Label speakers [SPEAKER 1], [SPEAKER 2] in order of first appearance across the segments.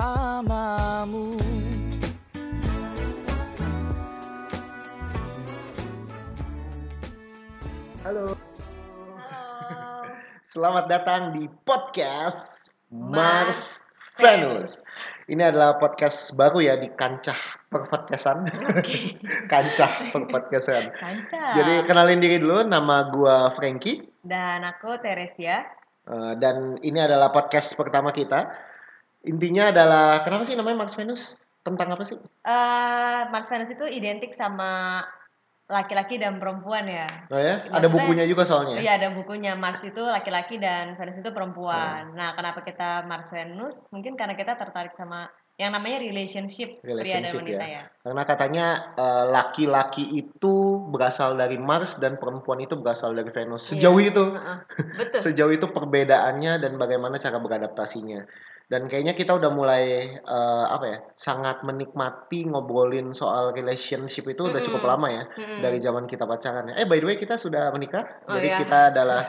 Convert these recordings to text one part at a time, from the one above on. [SPEAKER 1] bersamamu
[SPEAKER 2] Halo,
[SPEAKER 3] Halo.
[SPEAKER 2] selamat datang di podcast Mars
[SPEAKER 3] Mars
[SPEAKER 2] Venus. Ini adalah podcast baru ya di kancah perpodcastan. kancah perpodcastan.
[SPEAKER 3] Kanca.
[SPEAKER 2] Jadi kenalin diri dulu, nama gua Frankie
[SPEAKER 3] Dan aku Teresia.
[SPEAKER 2] Eh, dan ini adalah podcast pertama kita. Intinya adalah kenapa sih namanya Mars Venus? Tentang apa sih?
[SPEAKER 3] Eh, Mars Venus itu identik sama laki-laki dan perempuan ya.
[SPEAKER 2] Oh ya, ada
[SPEAKER 3] Maksudnya-
[SPEAKER 2] bukunya juga soalnya.
[SPEAKER 3] Iya ada bukunya Mars itu laki-laki dan Venus itu
[SPEAKER 2] Iya.
[SPEAKER 3] perempuan. Nah kenapa kita Mars Venus? Mungkin karena kita tertarik sama yang namanya relationship, pria dan
[SPEAKER 2] Relationship
[SPEAKER 3] wanita ya.
[SPEAKER 2] Karena katanya eh, laki-laki itu berasal dari Mars dan perempuan itu berasal dari Venus. Sejauh
[SPEAKER 3] Iya.
[SPEAKER 2] itu
[SPEAKER 3] Heeh. Betul.
[SPEAKER 2] sejauh itu perbedaannya dan bagaimana cara beradaptasinya. Dan kayaknya kita udah mulai eh, apa ya sangat menikmati ngobrolin soal relationship itu udah cukup
[SPEAKER 3] Mm-mm.
[SPEAKER 2] lama ya
[SPEAKER 3] Mm-mm.
[SPEAKER 2] dari zaman kita pacaran. Eh by the way kita sudah menikah,
[SPEAKER 3] Oh,
[SPEAKER 2] jadi
[SPEAKER 3] iya.
[SPEAKER 2] kita adalah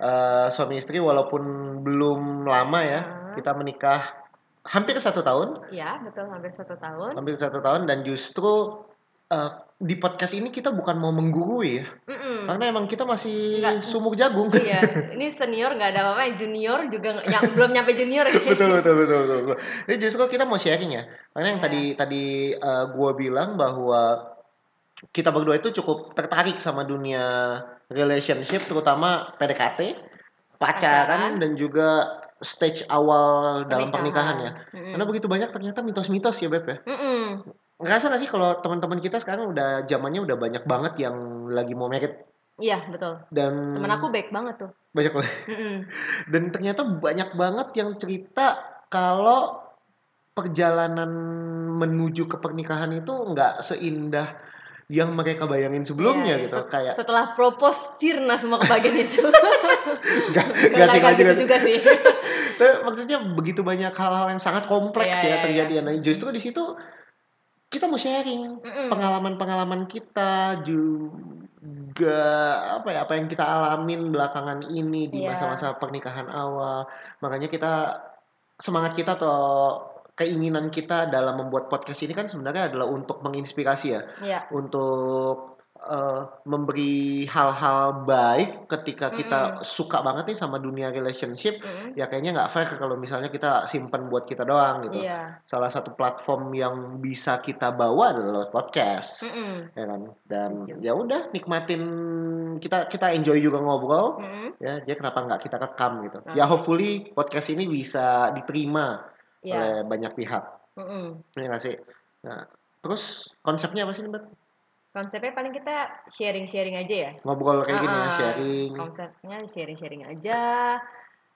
[SPEAKER 2] eh, suami istri walaupun belum lama ya
[SPEAKER 3] Heeh.
[SPEAKER 2] kita menikah hampir satu tahun,
[SPEAKER 3] Iya betul hampir satu tahun.
[SPEAKER 2] hampir satu tahun dan justru eh, di podcast ini kita bukan mau menggurui ya,
[SPEAKER 3] Mm-mm.
[SPEAKER 2] karena emang kita masih
[SPEAKER 3] Nggak.
[SPEAKER 2] sumuk jagung.
[SPEAKER 3] Iya, ini senior nggak ada apa-apa, yang junior juga nggak- yang belum nyampe junior.
[SPEAKER 2] betul betul betul betul. betul. Ini justru kita mau sharing ya. Karena yang
[SPEAKER 3] Iya.
[SPEAKER 2] tadi tadi eh, gua bilang bahwa kita berdua itu cukup tertarik sama dunia relationship terutama PDKT, pacaran,
[SPEAKER 3] Pacaran.
[SPEAKER 2] dan juga stage awal dalam pernikahan ya.
[SPEAKER 3] Mm-mm.
[SPEAKER 2] Karena begitu banyak ternyata mitos-mitos ya Beb ya.
[SPEAKER 3] Mm-mm.
[SPEAKER 2] Ngerasa gak sih kalau teman-teman kita sekarang udah zamannya udah banyak banget yang lagi mau married
[SPEAKER 3] Iya betul.
[SPEAKER 2] dan
[SPEAKER 3] Temen aku baik banget tuh.
[SPEAKER 2] banyak banget.
[SPEAKER 3] Mm-mm.
[SPEAKER 2] dan ternyata banyak banget yang cerita kalau perjalanan menuju ke pernikahan itu nggak seindah yang mereka bayangin sebelumnya
[SPEAKER 3] Iya,
[SPEAKER 2] gitu
[SPEAKER 3] set-
[SPEAKER 2] kayak
[SPEAKER 3] Setelah propose sirna semua kebagian itu.
[SPEAKER 2] nggak nggak sih nggak
[SPEAKER 3] Nggak gitu
[SPEAKER 2] sih.
[SPEAKER 3] juga sih.
[SPEAKER 2] Tapi maksudnya begitu banyak hal-hal yang sangat kompleks
[SPEAKER 3] Iya,
[SPEAKER 2] ya
[SPEAKER 3] iya,
[SPEAKER 2] terjadi
[SPEAKER 3] iya.
[SPEAKER 2] Nah, justru di situ kita mau sharing
[SPEAKER 3] Mm-mm.
[SPEAKER 2] pengalaman-pengalaman kita juga apa ya apa yang kita alamin belakangan ini di
[SPEAKER 3] Iya.
[SPEAKER 2] masa-masa pernikahan awal makanya kita semangat kita atau keinginan kita dalam membuat podcast ini kan sebenarnya adalah untuk menginspirasi ya
[SPEAKER 3] Iya.
[SPEAKER 2] untuk eh, memberi hal-hal baik ketika kita suka banget nih sama dunia relationship
[SPEAKER 3] Mm-mm.
[SPEAKER 2] ya kayaknya nggak fair kalau misalnya kita simpen buat kita doang gitu
[SPEAKER 3] Iya.
[SPEAKER 2] salah satu platform yang bisa kita bawa adalah lewat podcast
[SPEAKER 3] Mm-mm.
[SPEAKER 2] ya kan dan
[SPEAKER 3] Setuju.
[SPEAKER 2] ya udah nikmatin kita kita enjoy juga ngobrol
[SPEAKER 3] Mm-mm.
[SPEAKER 2] ya jadi kenapa nggak kita rekam gitu
[SPEAKER 3] Nah.
[SPEAKER 2] ya hopefully podcast ini bisa diterima
[SPEAKER 3] Iya.
[SPEAKER 2] oleh banyak pihak
[SPEAKER 3] Mm-mm.
[SPEAKER 2] ya nggak sih nah terus konsepnya apa sih nih Mbak?
[SPEAKER 3] Konsepnya paling kita sharing-sharing aja ya.
[SPEAKER 2] ngobrol kayak gini ya
[SPEAKER 3] Ah, ah.
[SPEAKER 2] sharing
[SPEAKER 3] Konsepnya sharing-sharing aja.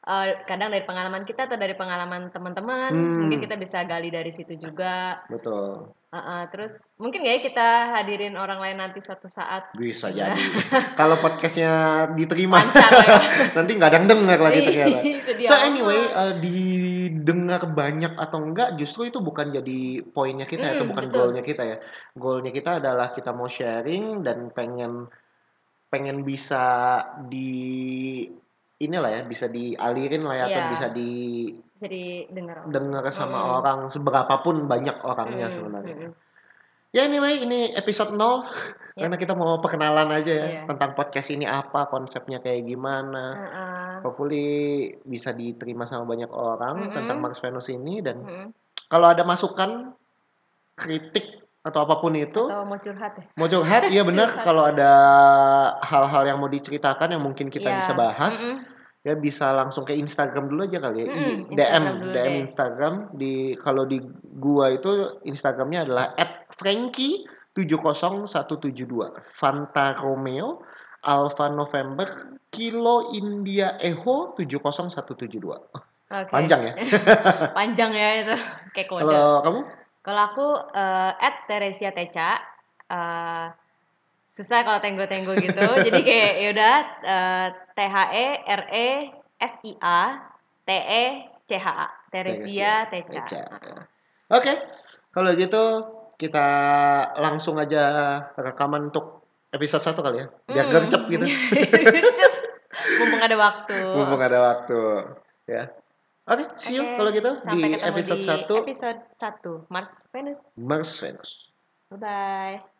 [SPEAKER 3] Eh, kadang dari pengalaman kita atau dari pengalaman teman-teman,
[SPEAKER 2] Hmm.
[SPEAKER 3] mungkin kita bisa gali dari situ juga.
[SPEAKER 2] betul
[SPEAKER 3] Eh, eh, terus mungkin nggak ya kita hadirin orang lain nanti suatu saat
[SPEAKER 2] bisa
[SPEAKER 3] Iya.
[SPEAKER 2] jadi kalau podcastnya diterima
[SPEAKER 3] lancar lagi.
[SPEAKER 2] nanti nggak ada yang denger lagi
[SPEAKER 3] Iya.
[SPEAKER 2] ternyata
[SPEAKER 3] Sedih
[SPEAKER 2] So
[SPEAKER 3] amat.
[SPEAKER 2] anyway, eh, didengar banyak atau enggak justru itu bukan jadi poinnya kita ya, itu
[SPEAKER 3] Mm,
[SPEAKER 2] bukan
[SPEAKER 3] betul.
[SPEAKER 2] goalnya kita ya. Goalnya kita adalah kita mau sharing dan pengen pengen bisa di inilah ya, bisa dialirin lah ya, atau
[SPEAKER 3] Iya.
[SPEAKER 2] bisa didengar
[SPEAKER 3] jadi dengar
[SPEAKER 2] Iya, sama
[SPEAKER 3] Mm-mm.
[SPEAKER 2] orang seberapapun banyak orangnya
[SPEAKER 3] Hmm,
[SPEAKER 2] sebenarnya. Ya anyway, ini episode 0 karena kita mau perkenalan aja ya
[SPEAKER 3] Ya. Iya.
[SPEAKER 2] tentang podcast ini apa, konsepnya kayak gimana. Hopefully bisa diterima sama banyak orang
[SPEAKER 3] Mm-mm.
[SPEAKER 2] tentang Max Venus ini dan kalau ada masukan, kritik atau apapun itu,
[SPEAKER 3] atau mau curhat ya
[SPEAKER 2] mau curhat ya benar
[SPEAKER 3] Curhat.
[SPEAKER 2] kalau ada hal-hal yang mau diceritakan yang mungkin kita
[SPEAKER 3] Iya.
[SPEAKER 2] bisa bahas
[SPEAKER 3] Mm-mm.
[SPEAKER 2] ya bisa langsung ke Instagram dulu aja kali ya. I-
[SPEAKER 3] Mm-mm,
[SPEAKER 2] DM
[SPEAKER 3] Instagram dulu
[SPEAKER 2] DM
[SPEAKER 3] deh.
[SPEAKER 2] Instagram di kalau di gua itu Instagramnya adalah @frankie 70172 Fanta Romeo Alfa November Kilo India Eho 70172.
[SPEAKER 3] Oke.
[SPEAKER 2] Panjang ya.
[SPEAKER 3] panjang ya itu kayak kode
[SPEAKER 2] Kalau kamu
[SPEAKER 3] kalau aku eh, at Teresia Teca eh, susah kalau tenggo-tenggo gitu jadi kayak yaudah eh, T H E R E S I A T E C H A Teresia Teca
[SPEAKER 2] Teca. Oke. Kalau gitu kita langsung aja rekaman untuk episode 1 kali ya. Biar
[SPEAKER 3] Mm.
[SPEAKER 2] gercep gitu.
[SPEAKER 3] Gercep. mumpung ada waktu
[SPEAKER 2] Mumpung ada waktu ya. Oke, see you
[SPEAKER 3] Oke,
[SPEAKER 2] kalau gitu
[SPEAKER 3] Sampai
[SPEAKER 2] di
[SPEAKER 3] ketemu
[SPEAKER 2] episode
[SPEAKER 3] di
[SPEAKER 2] 1
[SPEAKER 3] episode 1 Mars Venus.
[SPEAKER 2] Mars Venus.
[SPEAKER 3] Bye-bye.